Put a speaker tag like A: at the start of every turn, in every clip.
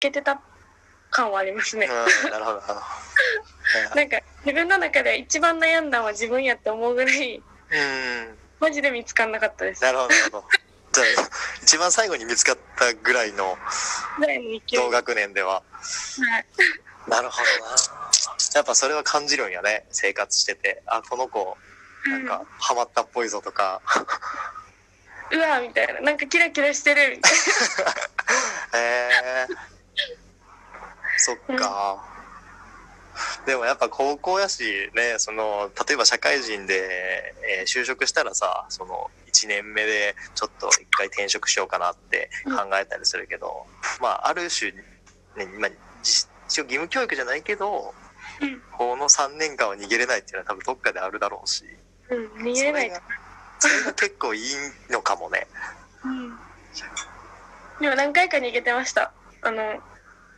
A: けてた感はありますね。
B: うん、なるほど。なるほどはい
A: なんか自分の中で一番悩んだのは自分やって思うぐらい
B: うん、
A: マジで見つかんなかったです
B: なるほど、なるほど。じゃあ、一番最後に見つかったぐらいの
A: ぐらいの勢い
B: 同学年では。
A: はい
B: なるほどな。やっぱそれは感じるんやね、生活してて。あ、この子、なんか、ハマったっぽいぞとか。
A: うんうわみたいななんかキラキラしてるみたい
B: へえそっか。でもやっぱ高校やしね、その、例えば社会人で、えー就職したらさ、その、1年目でちょっと一回転職しようかなって考えたりするけど、まあ、ある種、ね、まあ、実一応義務教育じゃないけど、
A: うん
B: この3年間は逃げれないっていうのは多分どっかであるだろうし、
A: な、うん、逃げれないと
B: それがそれが結構いいのかもね。
A: うんでも何回か逃げてましたあの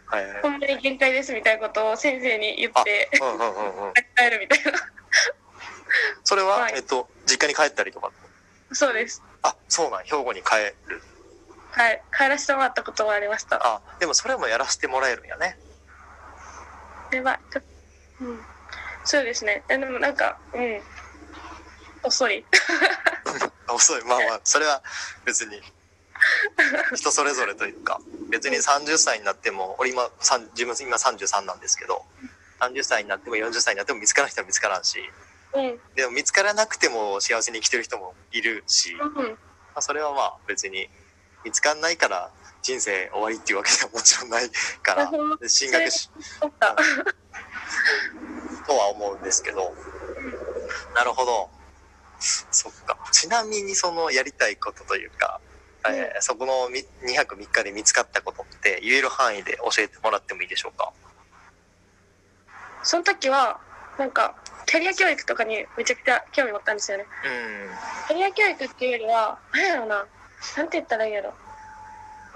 B: はい。
A: ほんまに限界ですみたいなことを先生に言って
B: うんうんうんうん。
A: 帰るみたいな
B: それは、
A: はい
B: えっと、実家に帰ったりとか。
A: そうです
B: あ、そうなん、兵庫に帰る。
A: はい帰らせてもらったこともありました
B: あ、でもそれもやらせてもらえるんやね。
A: それはちょうんそうですねえでもなんかうん遅い
B: 遅い。まあまあ、それは別に。人それぞれというか、別に30歳になっても、俺今、さん自分今33なんですけど、30歳になっても40歳になっても見つからない人は見つからんし、
A: うん
B: でも見つからなくても幸せに生きてる人もいるし、ま
A: うん
B: あ、それはまあ別に見つかんないから人生終わりっていうわけではもちろんないか
A: あほんま
B: ら、で進学し、
A: そっか
B: とは思うんですけど。なるほど。そっか。ちなみにそのやりたいことというか、
A: うん
B: えーそこのみ2泊3日で見つかったことって言える範囲で教えてもらってもいいでしょうか。
A: その時はなんかキャリア教育とかにめちゃくちゃ興味持ったんですよねキ
B: うん。
A: ャリア教育っていうよりは何やろななんて言ったらいいんやろ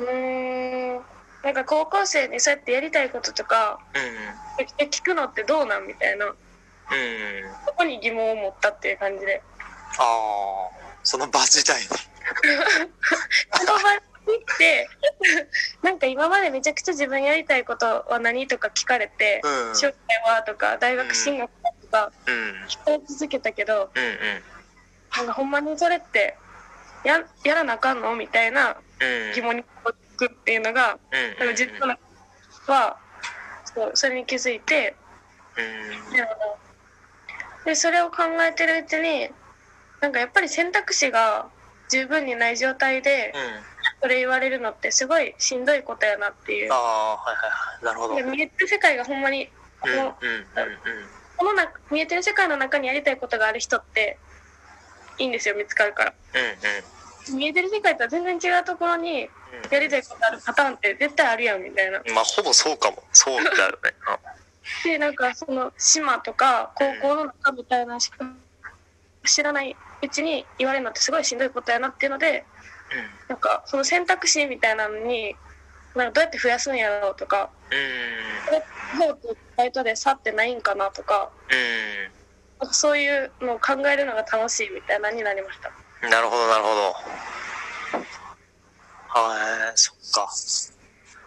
A: うーんなんか高校生にそうやってやりたいこととか聞くのってどうなんみたいな
B: うん。うん。
A: そこに疑問を持ったっていう感じで
B: ああ、その場自体に。
A: その場に行って なんか今までめちゃくちゃ自分やりたいことは何とか聞かれて
B: う
A: 「
B: ん。
A: 将来は?」とか「大学進学は?」とか
B: うん。
A: 聞かれ続けたけど
B: うん。
A: なんかほんまにそれってややらなあかんのみたいな
B: うん。
A: 疑問に落ち着くっていうのが
B: うん。
A: なんか自分の中はそうそれに気づいて
B: うん。
A: なるほどでそれを考えてるうちになんかやっぱり選択肢が十分にない状態で
B: うん。
A: それ言われるのってすごいしんどいことやなっていう
B: ああ、はいはいはい。なるほど。う
A: で
B: ん。うん。
A: 見えてる世界がほんまにこ
B: うん。うん。う
A: のこの中見えてる世界の中にやりたいことがある人っていいんですよ見つかるから
B: ん。
A: 見えてる世界とは全然違うところに
B: うん。
A: やりたいことあるパターンって絶対あるやんみたいな
B: まあ、ほぼそうかも。そうだよね。
A: でなんかその島とか高校の中みたいなしか知らないうちに言われるのってすごいしんどいことやなっていうのでなんかその選択肢みたいなのになんかどうやって増やすんやろうとか
B: うん。
A: これどうってバイトで去ってないんかなとか
B: うん。
A: なんかそういうのを考えるのが楽しいみたいなになりました。
B: うん。なるほど、なるほど。はい、そっか。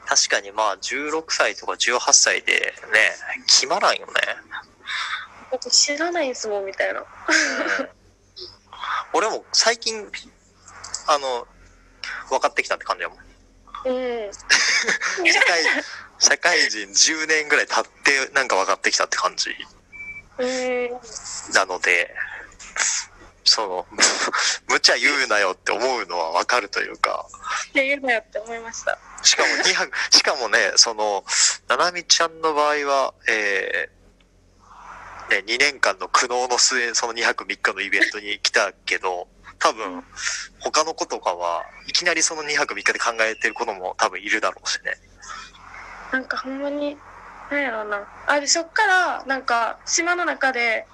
B: 確かにまあ、16歳とか18歳でね、決まらんよね。
A: だって知らないんすもんみたいな。
B: うん俺も最近、あの、分かってきたって感じやもん。
A: うん。
B: 社会、社会人10年ぐらい経ってなんか分かってきたって感じ。
A: うん。
B: なので、その、 無茶言うなよって思うのはわかるというか、
A: っていうのやって思いました。
B: しかも2泊、しかもね、その、ななみちゃんの場合は、えーね、2年間の苦悩の末、その2泊3日のイベントに来たけど、多分、他の子とかは、いきなりその2泊3日で考えてる子も多分いるだろうしね。
A: なんかほんまに、なんやろうな。あ、で、そっから、なんか、島の中で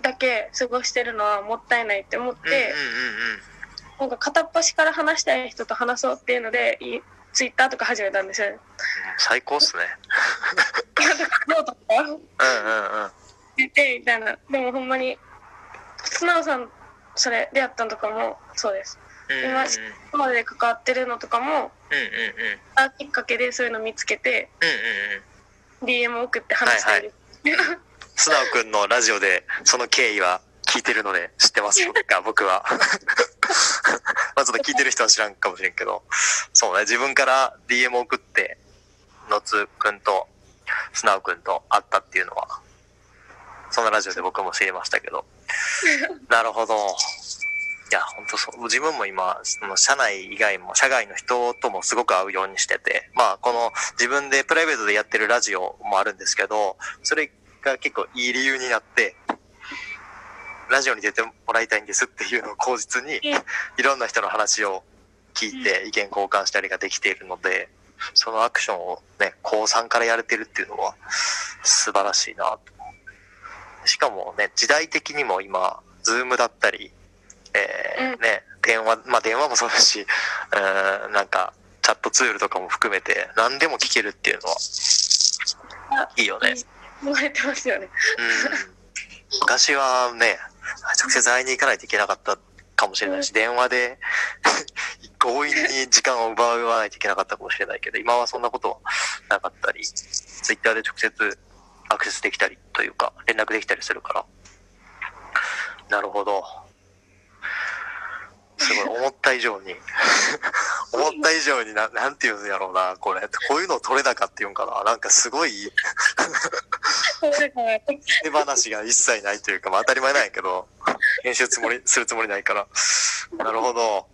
A: だけ過ごしてるのはもったいないって思っ
B: うん。
A: て
B: う、んうんうんうん。
A: なんか片っ端から話したい人と話そうっていうので、いツイッターとか始めたんですよね。
B: 最高っすね。
A: ノートとか
B: うんうんうん。
A: 出て、みたいな。でもほんまに、素直さん、それ、出会ったのとかもそうです。
B: うんうん
A: 今ここまでで関わってるのとかも
B: うんうんうん
A: あきっかけでそういうの見つけて
B: うんうんうん
A: DM 送って話したり、
B: 素直くんのラジオでその経緯は聞いてるので知ってますが僕は まあちょっと聞いてる人は知らんかもしれんけどそうね自分から DM 送ってのつくんと素直くんと会ったっていうのはそのラジオで僕も知りましたけど なるほどいや本当そう自分も今その社内以外も社外の人ともすごく会うようにしててまあこの自分でプライベートでやってるラジオもあるんですけどそれが結構いい理由になって、ラジオに出てもらいたいんですっていうのを口実に、いろんな人の話を聞いて意見交換したりができているので、そのアクションをね、高3からやれてるっていうのは素晴らしいなと。しかもね、時代的にも今、ズームだったり、えー
A: うん
B: ね、電話、まあ電話もそうだし、 うーん、なんか、チャットツールとかも含めて何でも聞けるっていうのはいい よね。
A: 言われてますよね。
B: うん昔はね、直接会いに行かないといけなかったかもしれないし、電話で 強引に時間を奪わないといけなかったかもしれないけど、今はそんなことはなかったり、ツイッターで直接アクセスできたりというか、連絡できたりするから。なるほど。すごい、思った以上に、思った以上にな、なんていうんやろうな、これ。こういうのを取れ高っていうんかな。なんかすごい
A: そうだから
B: 手話が一切ないというか、まあ、当たり前なんやけど、編集つもり、するつもりないから。なるほど。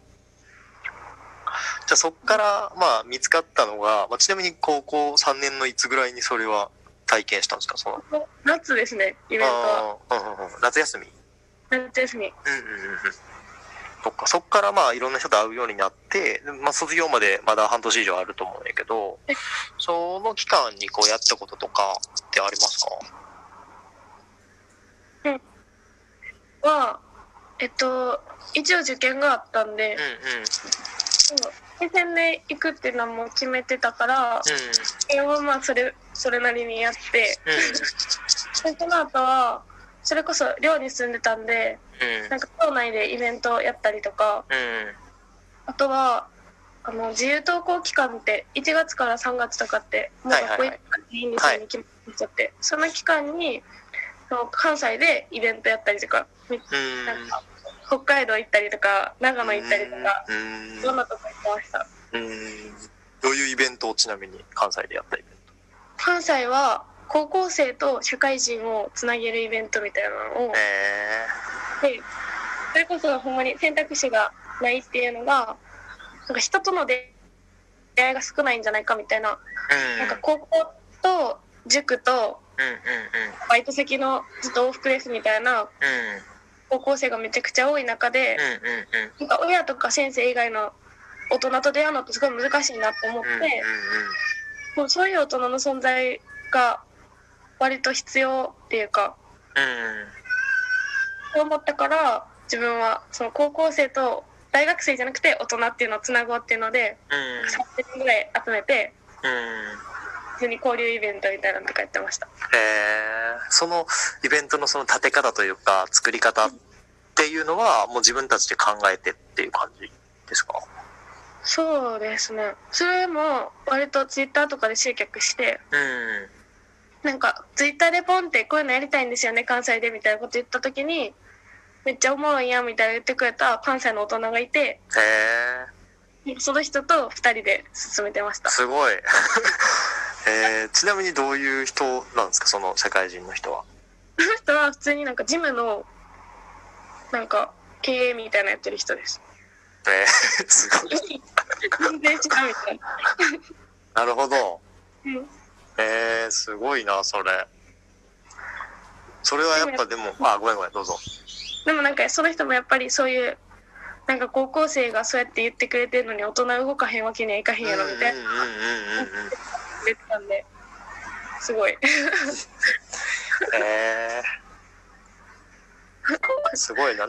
B: じゃあそっから、まあ、見つかったのが、まあ、ちなみに高校3年のいつぐらいにそれは体験したんですかその、
A: 夏ですね、イベントは。
B: あーうんうんうん、夏休み。
A: 夏休み。
B: うんうんうんうん。そっか、そっからまあ、いろんな人と会うようになって、でまあ、卒業までまだ半年以上あると思うんやけど
A: え、
B: その期間にこうやったこととかってありますか
A: は、えっと、一応受験があったんで
B: うん、うん。
A: そう推薦で行くっていうのはもう決めてたから、
B: う
A: 受験はまあそれ、それなりにやって、
B: ん。
A: でその後は、それこそ寮に住んでたんで、
B: うん。うん
A: なんか校内でイベントやったりとか、
B: うん。
A: あとは、あの自由登校期間って1月から3月とかってもう学校行ったらいいんですよね、決まっちゃってその期間にその関西でイベントやったりとかみ
B: うん
A: なんか北海道行ったりとか長野行ったりとか
B: う
A: どん
B: ん
A: なとこ行ってました
B: うんどういうイベントをちなみに関西でやったイベン
A: 関西は高校生と社会人をつなげるイベントみたいなのを
B: トえ
A: でそれこそほんまに選択肢がないっていうのがなんか人との出会いが少ないんじゃないかみたいな
B: ー、
A: なんか高校と塾と
B: うんうん
A: バイト先のずっと往復ですみたいな
B: う
A: 高校生がめちゃくちゃ多い中で、
B: んうんうんうんうん
A: なんか親とか先生以外の大人と出会うのってすごい難しいなと思って、もうそういう大人の存在が割と必要っていうか
B: うんうん
A: そう思ったから自分はその高校生と大学生じゃなくて大人っていうのをつなごうっていうので
B: うん
A: 3人ぐらい集めて
B: うん
A: 普通に交流イベントみたいなのとかやってました。
B: えー、そのイベントのその立て方というか作り方っていうのはもう自分たちで考えてっていう感じですか
A: そうですねそれも割とツイッターとかで集客して
B: うん
A: なんかツイッターでポンってこういうのやりたいんですよね関西でみたいなこと言った時にめっちゃおもろいやんみたいな言ってくれた関西の大人がいて
B: えー、
A: その人と2人で進めてました
B: すごい、えー、ちなみにどういう人なんですかその社会人の人は
A: その人は普通になんかジムのなんか経営みたいなやってる人です
B: えー、 すごい。
A: 全然違うみたいな、
B: なるほど。
A: うん、
B: えー、すごいな、それ。それはやっぱでも、あ、ごめんごめん、どうぞ。
A: でもなんかその人もやっぱりそういうなんか高校生がそうやって言ってくれてるのに大人動かへんわけにはいかへんやろみたいな
B: うんうんうんうんうん。
A: 言ってたんですごい
B: えー、すごいな。なん